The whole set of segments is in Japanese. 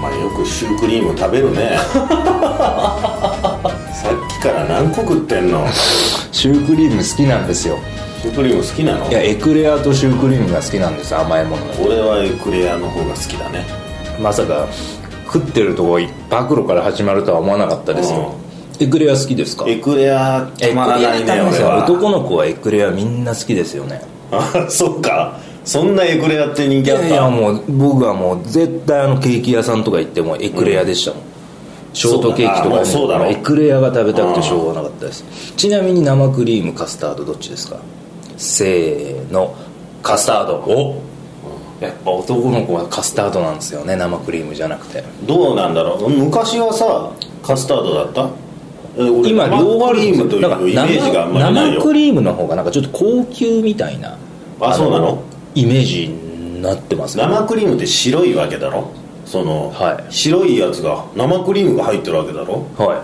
前よくシュークリーム食べる ねさっきから何個食ってんのシュークリーム好きなんですよシュークリーム好きなのいやエクレアとシュークリームが好きなんです甘いものが俺はエクレアの方が好きだねまさか食ってるとこ暴露から始まるとは思わなかったですよ、エクレア好きですかエクレア止まらないねエクレア俺は男の子はエクレアみんな好きですよね あそうかそんなエクレアって人い気あったやいやもう僕はもう絶対あのケーキ屋さんとか行ってもエクレアでしたもん、ショートケーキとかそうだあもうそうだろエクレアが食べたくてしょうがなかったですちなみに生クリームカスタードどっちですかせーのカスタードおやっぱ男の子はカスタードなんですよね生クリームじゃなくてどうなんだろう昔はさカスタードだったえ俺今生両方あクるリんでーすよムというイなメんかージがあんまりない生よ生クリームの方がなんかちょっと高級みたいなあそうなのイメージになってますね生クリームって白いわけだろその、はい白いやつが生クリームが入ってるわけだろは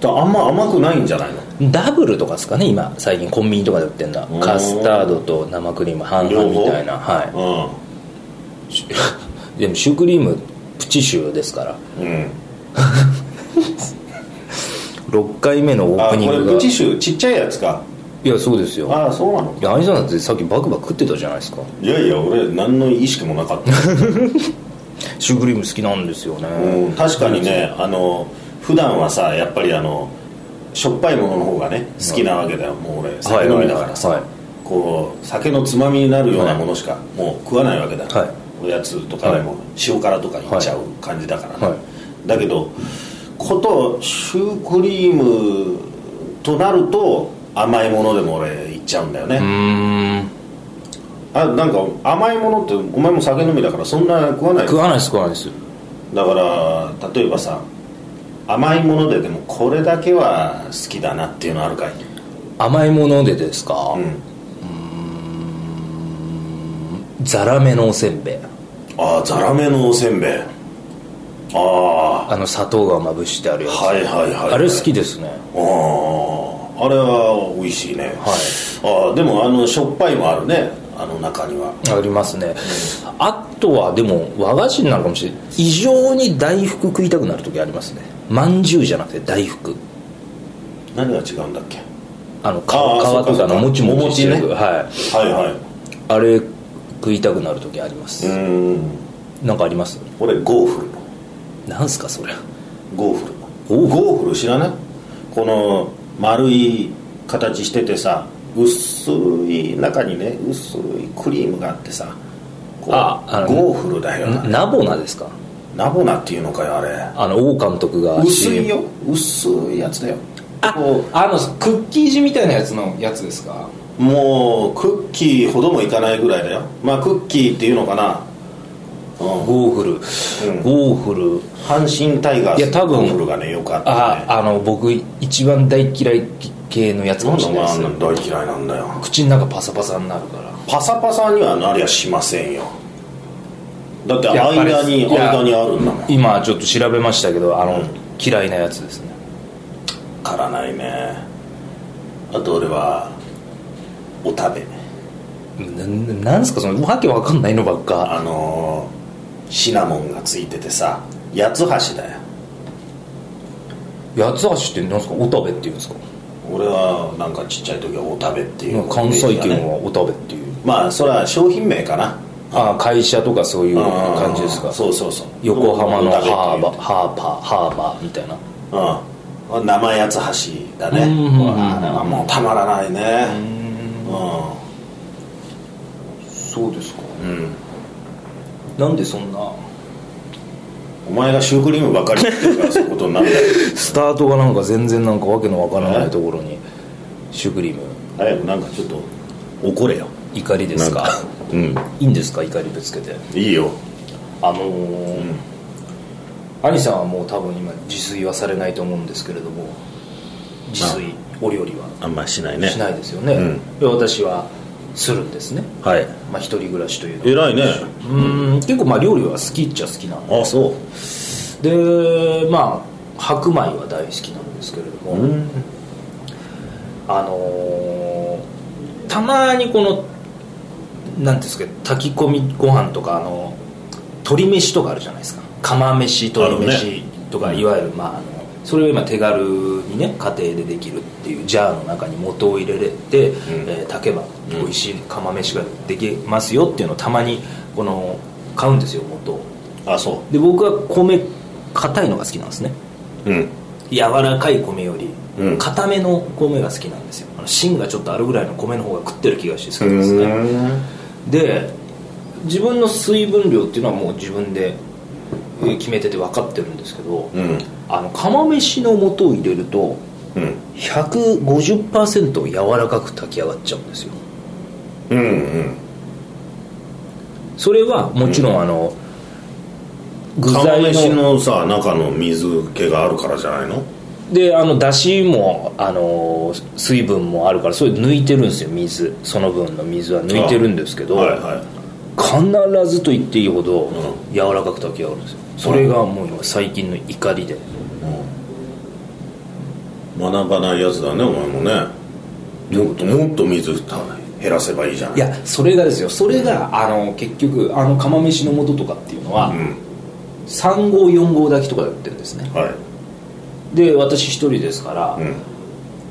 だからあんま甘くないんじゃないのいダブルとかですかね今最近コンビニとかで売ってるのうはんカスタードと生クリーム半々みたいなはういでもシュークリームプチシューですからん、うん、 6回目のオーあプこニングれがプチシューちっちゃいやつかいやそうですよああそうなのいや兄さんだってさっきバクバク食ってたじゃないですかいやいや俺何の意識もなかった、 シュークリーム好きなんですよね、うん、確かにねあの普段はさやっぱりあのしょっぱいものの方がね好きなわけだよもう俺酒飲みだからさ、はいはいこう酒のつまみになるようなものしかもう食わないわけだ、はいおやつとかでも塩辛とかいっちゃう感じだからね、はいだけどことシュークリームとなると甘いものでも俺いっちゃうんだよね、うーんあなんか甘いものってお前も酒飲みだからそんな食わない食わないです食わないですだから例えばさ甘いものででもこれだけは好きだなっていうのあるかい甘いものでですか、うんザラメのおせんべいああザラメのおせんべいあああの砂糖がまぶしてあるやつ、はいはいはいあれ好きですねあああれは美味しいねはいああでもあのしょっぱいもあるねあの中にはありますねあとはでも和菓子になるかもしれない異常に大福食いたくなる時ありますねまんじゅうじゃなくて大福何が違うんだっけあの皮皮あーそうかとかそうのかもちもちしてる、お餅ねはいはいはいあれ食いたくなる時あります、うーんなんかあります俺ゴーフルのなんすかそれゴーフルゴーフル知らないこの丸い形しててさ薄い中にね薄いクリームがあってさこうああのゴーフルだよなナボナですかナボナっていうのかよあれあの王監督が薄い CM よ薄いやつだよあこあのクッキー地みたいなやつのやつですかうもうクッキーほどもいかないぐらいだよまあクッキーっていうのかな、うんゴーフル、うんゴーフル阪神タイガースいや多分ゴーフルがねよかったあねあの僕一番大嫌い系のやつかなんもでしおれな前あんいでな大す嫌いなんだよ口の中パサパサになるからパサパサにはなりゃしませんよだってやっぱり間にいや間にあるんだもん今ちょっと調べましたけどあの、うん嫌いなやつですね足らないねあと俺はお食べななんすかそのわけわかんないのばっかあのーシナモンがついててさ八つ橋だよ八つ橋ってなんすかおたべっていうんですか俺はなんかちっちゃい時はお食べっていう、関西圏はおたべっていうまあそれは商品名かなあ会社とかそういう感じですうんかそうそうそう横浜のお食べっていうハーバーハーパーハーバーみたいなうん、生八つ橋だね、うんうんうんうんあれはもうたまらないねうんそうですかうん、なんでそんなお前がシュークリームばっかり食ってるからそういうことになるんだよスタートがなんか全然なんかわけのわからないところにシュークリーム早くなんかちょっと怒れよ怒りですかなんうんいいんですか怒りぶつけていいよあのー兄さんはもう多分今自炊はされないと思うんですけれども自炊、お料理はあんましないねしないですよねうんで私はするんですねはいまあ一人暮らしというのは偉いねうん結構まあ料理は好きっちゃ好きなんであそでまあ白米は大好きなんですけれども、ううんあのーたまにこのなんていうんですか炊き込みご飯とかあの鶏飯とかあるじゃないですか釜飯ある鶏ね飯とか、いわゆる、まあ、あのそれを今手軽にね家庭でできるっていうジャーの中に元を入れれて、えー炊けば美味しい釜飯ができますよっていうのをたまにこの買うんですよ元をあそで僕は米硬いのが好きなんですねううん柔らかい米よりうん硬めの米が好きなんですよ、あの芯がちょっとあるぐらいの米の方が食ってる気がして好きうですねんで自分の水分量っていうのはもう自分でえー決めてて分かってるんですけど、うんあの釜飯の素を入れるとうん150%柔らかく炊き上がっちゃうんですようんうんそれはもちろんあの、具釜飯材ののさ中の水気があるからじゃないのであのだしもあの水分もあるからそれ抜いてるんですよ水その分の水は抜いてるんですけど、はいは必ずと言っていいほどう柔らかく炊き上がるんですよそれがもう今最近の怒りでい学ばないやつだねお前もねもっともっと水減らせばいいじゃないいやそれがですよそれがあの結局あの釜飯の素とかっていうのは、うん3合4合炊きとかで売ってるんですねはいで私一人ですから、うん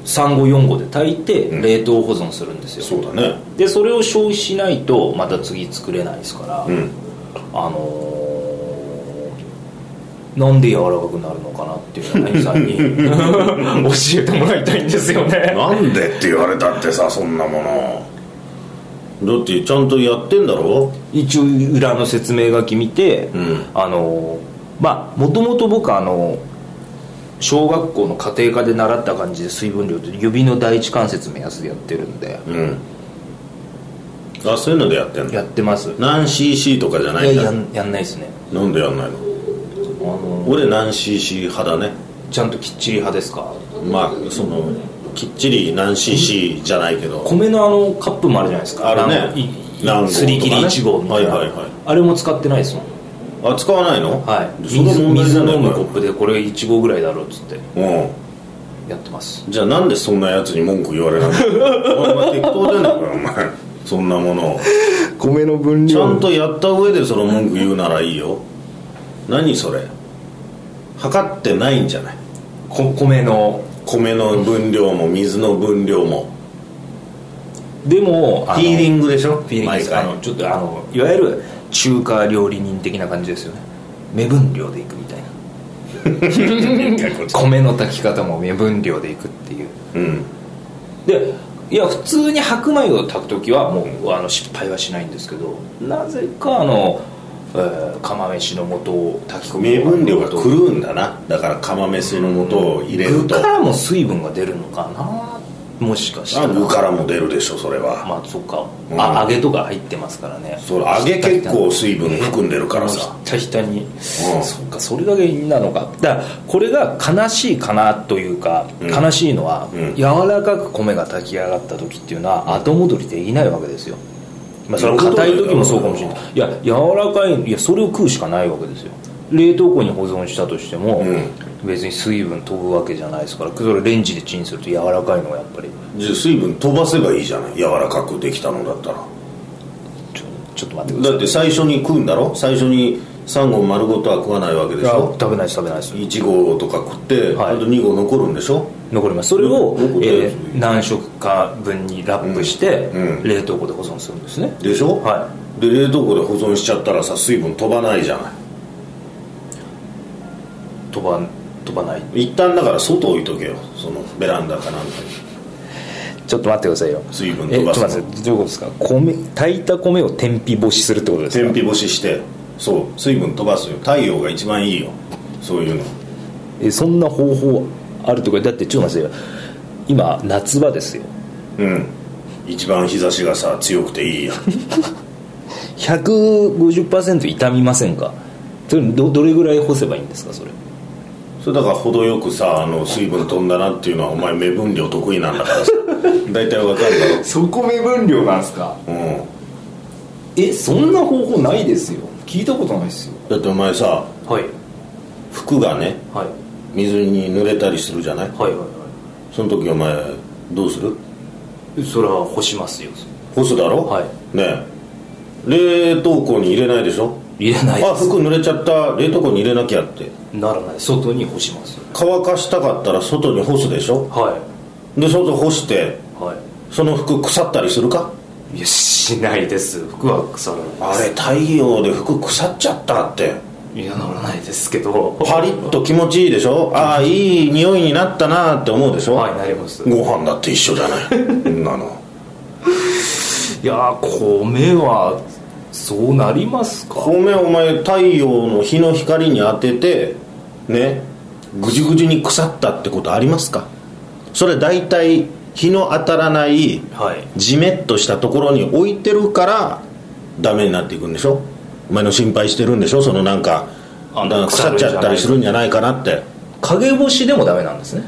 3合4合で炊いてうん冷凍保存するんですよ、そうだねでそれを消費しないとまた次作れないですから、うんあのーなんで柔らかくなるのかなっていうのを兄さ んに教えてもらいたいんですよねなんでって言われたってさそんなものだってちゃんとやってんだろ一応裏の説明書き見て、うんあのまあもともと僕あの小学校の家庭科で習った感じで水分量って指の第一関節目安でやってるんで、うんあそういうのでやってんのやってますい何 cc とかじゃなやいんやだんやんないですねなんでやんないのあの俺何 cc 派だねちゃんときっちり派ですかまあそのきっちり何 cc じゃないけど米のあのカップもあるじゃないですかあるねいい何合とかねすり切り1合みたいな、はいはいはいあれも使ってないですもんあ使わないのはいその水問題じ水ゃない飲のむコップでこれ1合ぐらいだろうっつってうやってますんじゃあなんでそんなやつに文句言われなの お前適当じゃねえかよお前そんなものを米の分ちゃんとやった上でその文句言うならいいよ何それ測ってないんじゃないこ米の米の分量も水の分量もでもフあのィーリングでしょフフィーリングですあのちょっとあのいわゆる中華料理人的な感じですよね目分量でいくみたいな米の炊き方も目分量でいくっていううんでいや普通に白米を炊く時はもうあの失敗はしないんですけどなぜかあの、えー釜飯の素を炊き込む目分量が狂うんだなだから釜飯の素を入れる具とからも水分が出るのかなもしかしたあら具からも出るでしょそれは、まあそうか、うんあ揚げとか入ってますからねそれ揚げ結構水分含んでるからさもうひたひたに、うんそうかそれが原因なのかだからこれが悲しいかなというか、うん悲しいのは、うん柔らかく米が炊き上がった時っていうのは後戻りできないわけですよまあそれは硬い時もそうかもしれないいや柔らかいいやそれを食うしかないわけですよ冷凍庫に保存したとしても、うん別に水分飛ぶわけじゃないですからそれレンジでチンすると柔らかいのはやっぱりじゃあ水分飛ばせばいいじゃない柔らかくできたのだったらちょちょっと待ってくださだって最初に食うんだろ最初に3合丸ごとは食わないわけでいいしやょ食べないです食べないです1合とか食って、はいあと2合残るんでしょ残りますそれを、残ってるやえつー何食か分にラップして、うんうん冷凍庫で保存するんですねでしょはで冷凍庫で保存しちゃったらさ水分飛ばないじゃない飛ば飛ばない一旦だから外置いとけよそのベランダかなんかちょっと待ってくださいよ水分飛ばすえちょっと待ってどういうことですか米炊いた米を天日干しするってことでにすか天日干ししてそう水分飛ばすよ太陽が一番いいよそういうのえそんな方法あるとかだってちょっと待ってくださいよ今夏場ですようん一番日差しがさ強くていいやん150%傷みませんかそれどどれぐらい干せばいいんですかそれそれだから程よくさあの水分飛んだなっていうのはお前目分量得意なんだ からさ大体わかるだろそこ目分量なんすかうんえそんな方法ないですよ聞いたことないですよだってお前さはい服がねはい水に濡れたりするじゃないはいはいはその時お前どうするいそれは干しますよ干すだろはねえ冷凍庫に入れないでしょ入れないであ服濡れちゃった冷凍庫に入れなきゃってすならない外に干します乾かしたかったら外に干すでしょはで外干していはその服腐ったりするかいいやしないです服は腐らないあれ太陽で服腐っちゃったっていやならないですけどパリッと気持ちいいでしょああいい匂いになったなって思うでしょ、はいなりますご飯だって一緒じゃないそんなのいやー米はそうなりますか米お前太陽の日の光に当ててねぐじゅぐじゅに腐ったってことありますかそれ大体日の当たらないはいじめっとしたところに置いてるからダメになっていくんでしょお前の心配してるんでしょそのなんかあなんか腐腐るっんちじゃないゃったりするんじゃないかなって影干しでもダメなんですね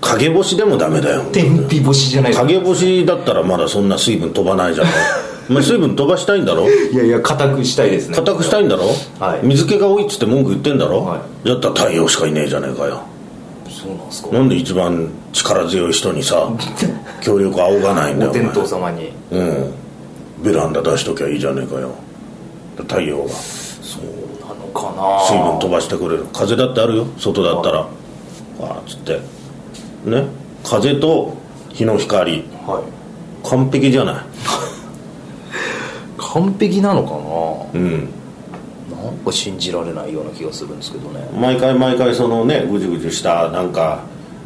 陰干しでもダメだよ天日干しじゃない陰干しだったらまだそんな水分飛ばないじゃん お前水分飛ばしたいんだろいやいや固くしたいですね固くしたいんだろ、はい水気が多いっつって文句言ってんだろ、はだったら太陽しかいねえじゃねえかよそうなんですかなんで一番力強い人に さ協力仰がないんだよお天お道前様にうんベランダ出しときゃいいじゃねえかよ太陽がなのかな水分飛ばしてくれる風だってあるよ外だったらあっつってね風と日の光はい完璧じゃない完璧なのかうんななんか信じられないような気がするんですけどね毎回毎回そのねぐじゅぐじゅしたなんか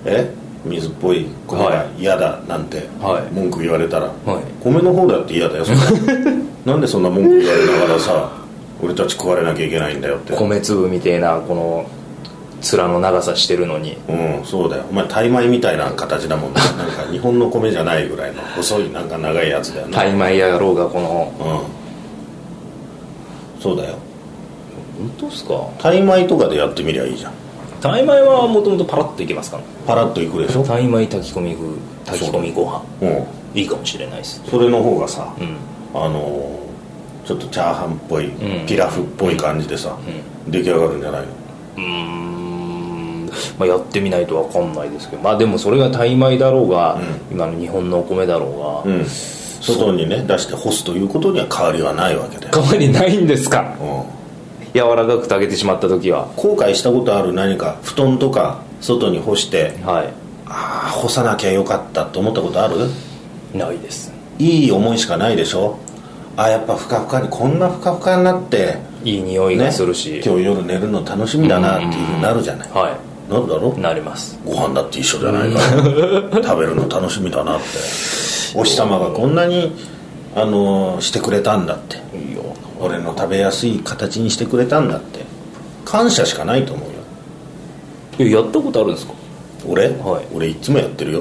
え水っぽい米がは嫌だなんてはい文句言われたら、はい米の方だって嫌だ よそんななんでそんな文句言われながらさ俺たち食われなきゃいけないんだよって米粒みてえなこの面の長さしてるのにうんそうだよお前タイ米みたいな形だもん ねなんか日本の米じゃないぐらいの細いなんか長いやつだよねタイ米野郎がこのうんそうだよ本当っすかタイ米とかでやってみりゃいいじゃんタイ米はもともとパラッといけますからパラッといくでしょタイ米炊き込み風炊き込みご飯うんいいかもしれないですそれの方がさ、んあのーちょっとチャーハンっぽい、うんピラフっぽい感じでさ、出来上がるんじゃないのうーん、まあ、やってみないとわかんないですけどまあでもそれがタイ米だろうが、今の日本のお米だろうが、うん外にね出して干すということには変わりはないわけで、うん、代わりないんですか柔らかく炊けてしまった時は後悔したことある何か布団とか外に干してはいああ干さなきゃよかったと思ったことあるないですいい思いしかないでしょあーやっぱふかふかにこんなふかふかになって、いい匂いね、がするし、今日夜寝るの楽しみだなっていうふうになるじゃない、はなるだろいなりますご飯だって一緒じゃ ないか食べるの楽しみだなってお日様がこんなにあのしてくれたんだっていいよ俺の食べやすい形にしてくれたんだって感謝しかないと思うよいややったことあるんですか俺、はい俺いつもやってるよ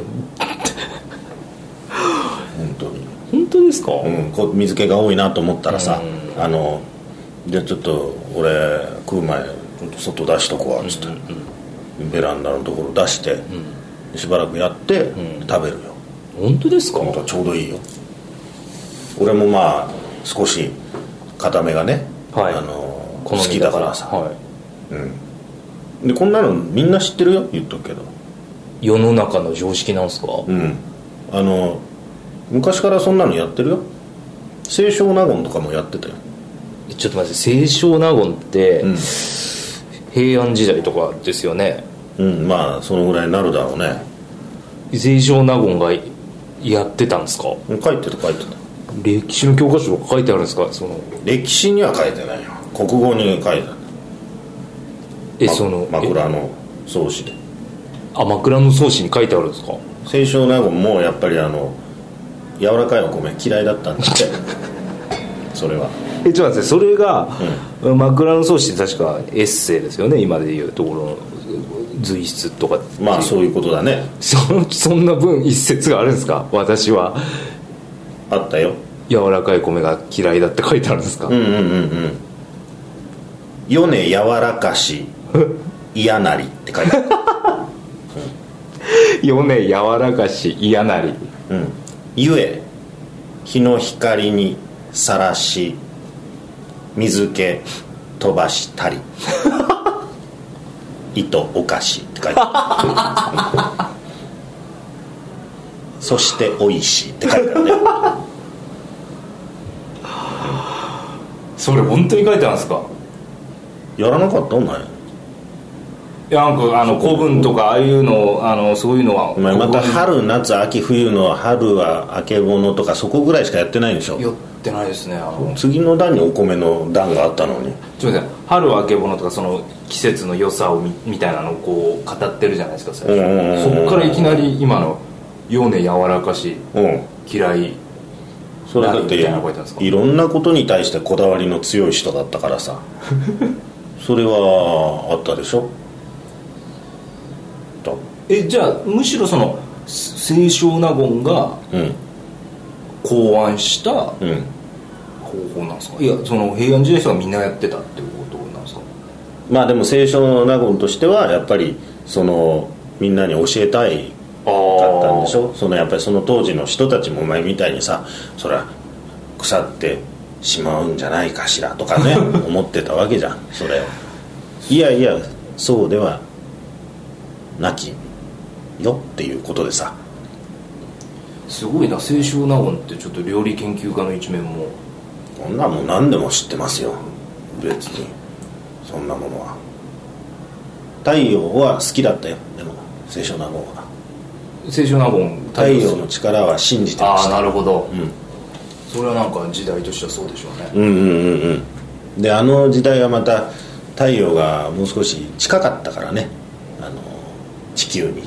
本当に本当ですか、うん、こう水気が多いなと思ったらさ「あのじゃあちょっと俺食う前ちょっと外出しとこわ」っつって、ベランダのところ出して、しばらくやって、食べるよ本当ですか本当はちょうどいいよ俺もまあ少し固めがね、はいあの好好みきだからさはでこんなのみんな知ってるよ言っとくけどい、世の中の常識なんですか、うんあの昔からそんなのやってるよ清少納言とかもやってたよちょっと待って清少納言って、ん平安時代とかですよねうんまあそのぐらいになるだろうね清少納言がやってたんですか書いてた書いてた歴史の教科書とか書いてあるんですかその歴史には書いてないよ国語に書いてあるえそのまえ枕の草子であ枕草子に書いてあるんですか清少納言もやっぱりあの柔らかいお米嫌いだったんだって それはえちょっと待ってそれが、枕草子って確かエッセイですよね今でいうところの随筆とかまあそういうことだねそそんな分一節があるんですか私はあったよ柔らかい米が嫌いだって書いてあるんですか、うんうんうんうん「米柔らかし嫌なり」って書いてある米柔らかし嫌なりうんゆえ日の光にさらし水気飛ばしたり糸おかしって書いてあるそしておいしいって書いてあるねそれ本当に書いてあるんですかやらなかったんないいやなんかあの古文とかああいうのあのそういうのはお前また古文春夏秋冬の春はあけぼのとかそこぐらいしかやってないでしょ寄ってないですねあの次の段にお米の段があったのにちょっと待って春はあけぼのとかその季節の良さをみみたいなのをこう語ってるじゃないですか最うんうんうん初うんそっからいきなり今の「よね柔らかしうん嫌いそれだっなるみたいな声なんですかていろんなことに対してこだわりの強い人だったから さそれはあったでしょだ」えじゃあむしろその清少納言がうん考案した方うん法なんですかいやその平安時代の人がみんなやってたっていうことなんですかまあでも清少の納言としてはやっぱりそのみんなに教えたいあかったんでしょょそのやっぱりその当時の人たちもお前みたいにさそりゃ腐ってしまうんじゃないかしらとか ね思ってたわけじゃんそれをいやいやそうではなきよっていうことでさすごいな清少納言ってちょっと料理研究家の一面もこんなもん何でも知ってますよ別にそんなものは太陽は好きだったよでも清少納言は清少納言太陽の力は信じてまあしあたなるほど、んそれはなんか時代としてはそうでしょうね、うんうんうんうんであの時代はまた太陽がもう少し近かったからねあの地球に、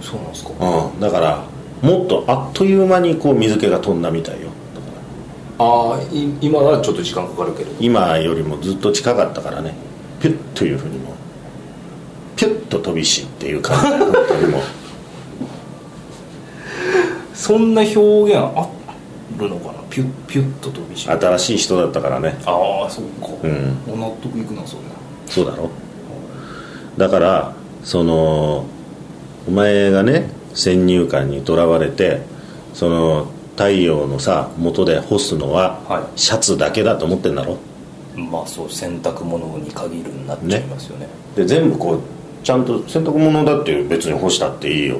そうなんですかうん、だからもっとあっという間にこう水気が飛んだみたいよだからああい今はちょっと時間かかるけど今よりもずっと近かったからねピュッというふうにもうピュッと飛びしっていう感じ本当にもうそんな表現あるのかなピュッピュッと飛びしあ新しい人だったからねあそうか、うんお納得いくなそれなそうだろだからそのお前がね先入観にとらわれてその太陽のさ元で干すのははいシャツだけだと思ってんだろまあそう洗濯物に限るになっちゃいますよねで全部こうちゃんと洗濯物だって別に干したっていいよ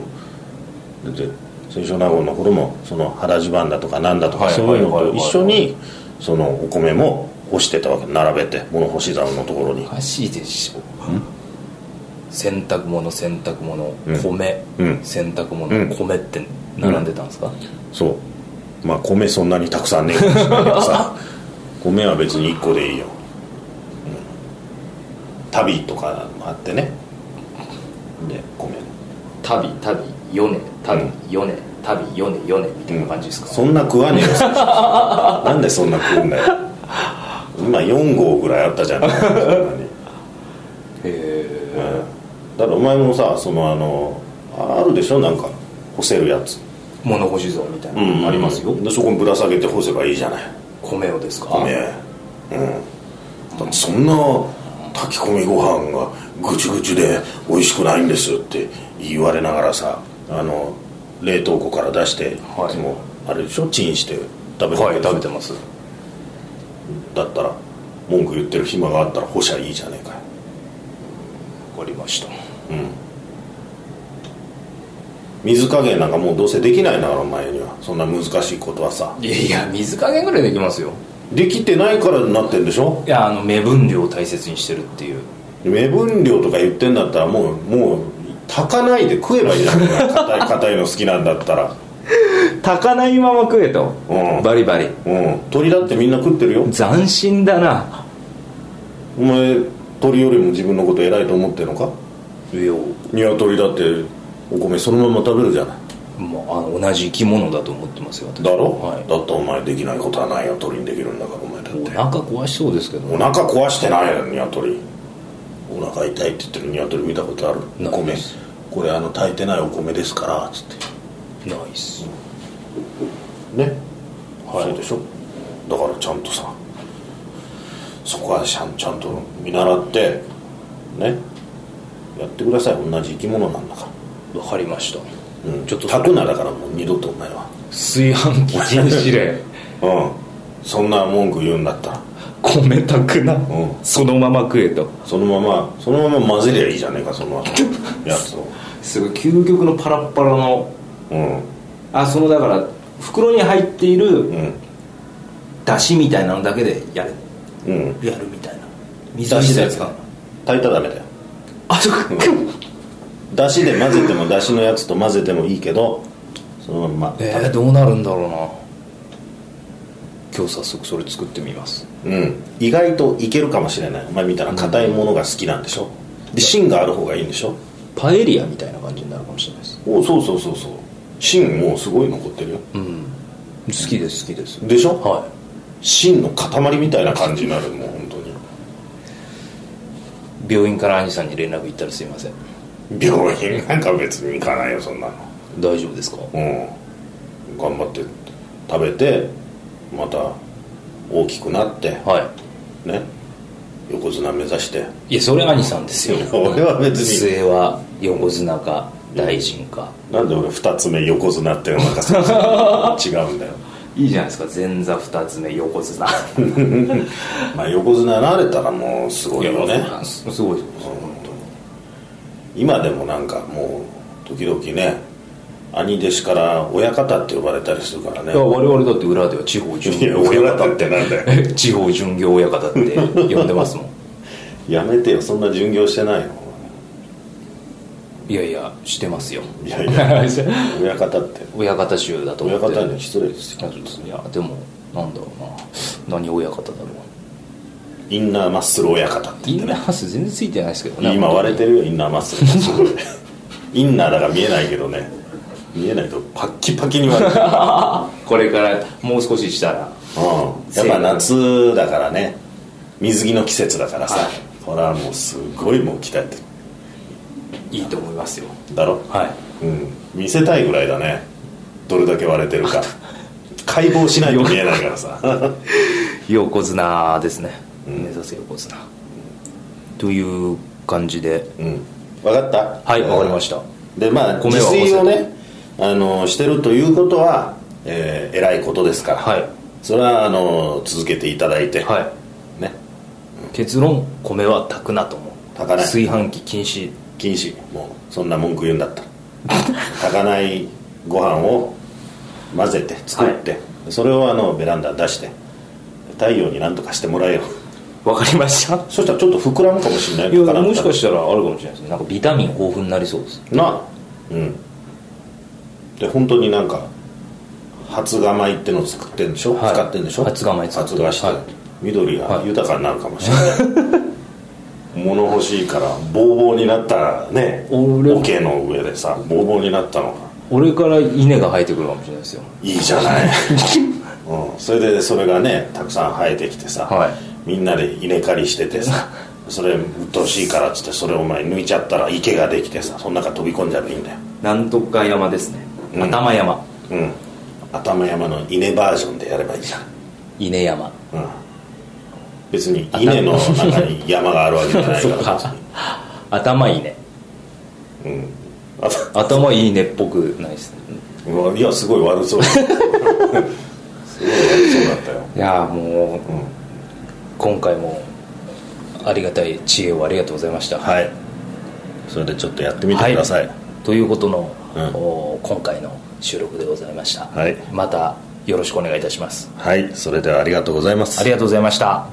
で清少納言の頃もその原襦袢だとかなんだとはかいそういうのはいはいとはい一緒にそのお米も干してたわけ並べて物干し竿のところにおかしいでしょ洗濯物洗濯物、うん米、うん洗濯物、うん米って並んでたんですか、そうまあ米そんなにたくさんねえかもしれないけど さ米は別に1個でいいよ、うん、旅とかもあってねで米たびたびよねたびうんよねたびよねよねみたいな感じですか、そんな食わねえ よなんでそんな食うんだよ今4合ぐらいあった じゃんそんなにへえだからお前もさそのあのあるでしょなんか干せるやつ、物干し像みたいなのありますよ、でそこにぶら下げて干せばいいじゃない米をですか米うんだってそんな炊き込みご飯がぐちぐちで美味しくないんですって言われながらさあの冷凍庫から出していはいつもあれでしょチンして食べてるはい食べてますだったら文句言ってる暇があったら干しゃいいじゃねえかよわかりました水加減なんかもうどうせできないんだからお前にはそんな難しいことはさいやいや水加減ぐらいできますよできてないからなってんでしょいやあの目分量を大切にしてるっていう目分量とか言ってんだったらもうもう炊かないで食えばいいじゃん硬い硬いの好きなんだったら炊かないまま食えと、うんバリバリうん鳥だってみんな食ってるよ斬新だなお前鳥よりも自分のこと偉いと思ってるのかいや鶏だってお米そのまま食べるじゃないまあ、あの同じ生き物だと思ってますよ私だろ、はいだってお前できないことはないよ鳥にできるんだからお前だっおて腹壊しそうですけどお腹壊してないよ鶏お腹痛いって言ってる鶏見たことあるなおい米ですこれあの炊いてないお米ですからつってないっすね、はいそうでしょだからちゃんとさそこはちゃんちゃんと見習ってねやってください同じ生き物なんだかわかりましたら、うん、ちょっと炊くなだからもう二度とお前は炊飯器禁止 令うんそんな文句言うんだったら米炊くな、んそのまま食えとそのままそのまま混ぜりゃいいじゃねえかそ のやつをすごい究極のパラッパラのうんあそのだから袋に入っているうん出汁みたいなのだけでやるうんやるみたいな水出出汁汁でで使う炊いたらダメだよあそっか出汁で混ぜても出汁のやつと混ぜてもいいけどそのまんま、えー、どうなるんだろうな今日早速それ作ってみますうん意外といけるかもしれないお前みたいな硬いものが好きなんでしょで芯がある方がいいんでしょパエリアみたいな感じになるかもしれないですおそうそうそうそう芯もうすごい残ってるようん好きです好きですでしょは芯の塊みたいな感じになるもう本当にい病院から兄さんに連絡行ったらすいません病院なんか別に行かないよそんなの大丈夫ですかうん頑張って食べてまた大きくなってはね横綱目指していいやそれ兄さんですよ俺は別に末は横綱か大臣か、なんで俺二つ目横綱っていうの 任せる違うんだよいいじゃないですか前座二つ目横綱まあ横綱なれたらもうすごいよねすすごいです今でもなんかもう時々ね兄弟子から親方って呼ばれたりするからねいや我々だって裏では地方巡いや業親親方方ってなんだよえ地方巡業親方って呼んでますもんやめてよそんな巡業してないよいやいやしてますよいやいや親方って 親方衆だと思親って方には失礼ですよいやでもなんだろうな何親方だろうインナーマッスル親方って言イっンてナーねハウス全然ついてないですけどね今割れててるよインナーマッスルインナーだから見えないけどね見えないとパッキパキに割れ てるこれからもう少ししたらうんやっぱ夏だからね水着の季節だからさ、はいこれはもうすごいもう鍛えてるいいと思いますよだろはういん見せたいぐらいだねどれだけ割れてるか解剖しないと見えないからさ 横綱ですね、うん目指せ横綱という感じでうん分かったはいわかりましたでまあ米自は合わせて炊をねあのしてるということは、えー、偉いことですから、はいそれはあの続けていただいて、はねい結論米は炊くなと思う炊かない炊飯器禁止禁止もうそんな文句言うんだ ったら炊かないご飯を混ぜて作って、それをあのベランダに出して太陽に何とかしてもらえようわかりま したそしたらちょっと膨らむかもしれないいやもしかししたらあるかもしれないですねなんかビタミン豊富になりそうですなあうんで本当になんか初釜いってのを作ってんでしょ、はい使ってんでしょ発芽米使って発芽して、はい緑がはい豊かになるかもしれない、 物欲しいからボーボーになったね俺も桶の上でさボーボーになったのが俺から稲が生えてくるかもしれないですよいいじゃない、うん、それでそれがねたくさん生えてきてさ、はいみんなで稲刈りしててさそれ鬱陶しいからっつってそれお前抜いちゃったら池ができてさその中飛び込んじゃえばいいんだよなんとか山ですね、うん頭山うん頭山の稲バージョンでやればいいじゃん、稲う山ん、別に稲の中に山があるわけじゃないから別に頭稲うんあ頭いいねっぽくないですねと うわいやすごい悪そう すごい悪そうだったよ、いやーもううん、今回もありがたい知恵をありがとうございましたはいそれでちょっとやってみてください、ということの、うんお今回の収録でございました、はいまたよろしくお願いいたしますはい、それではありがとうございますあり。がとうございました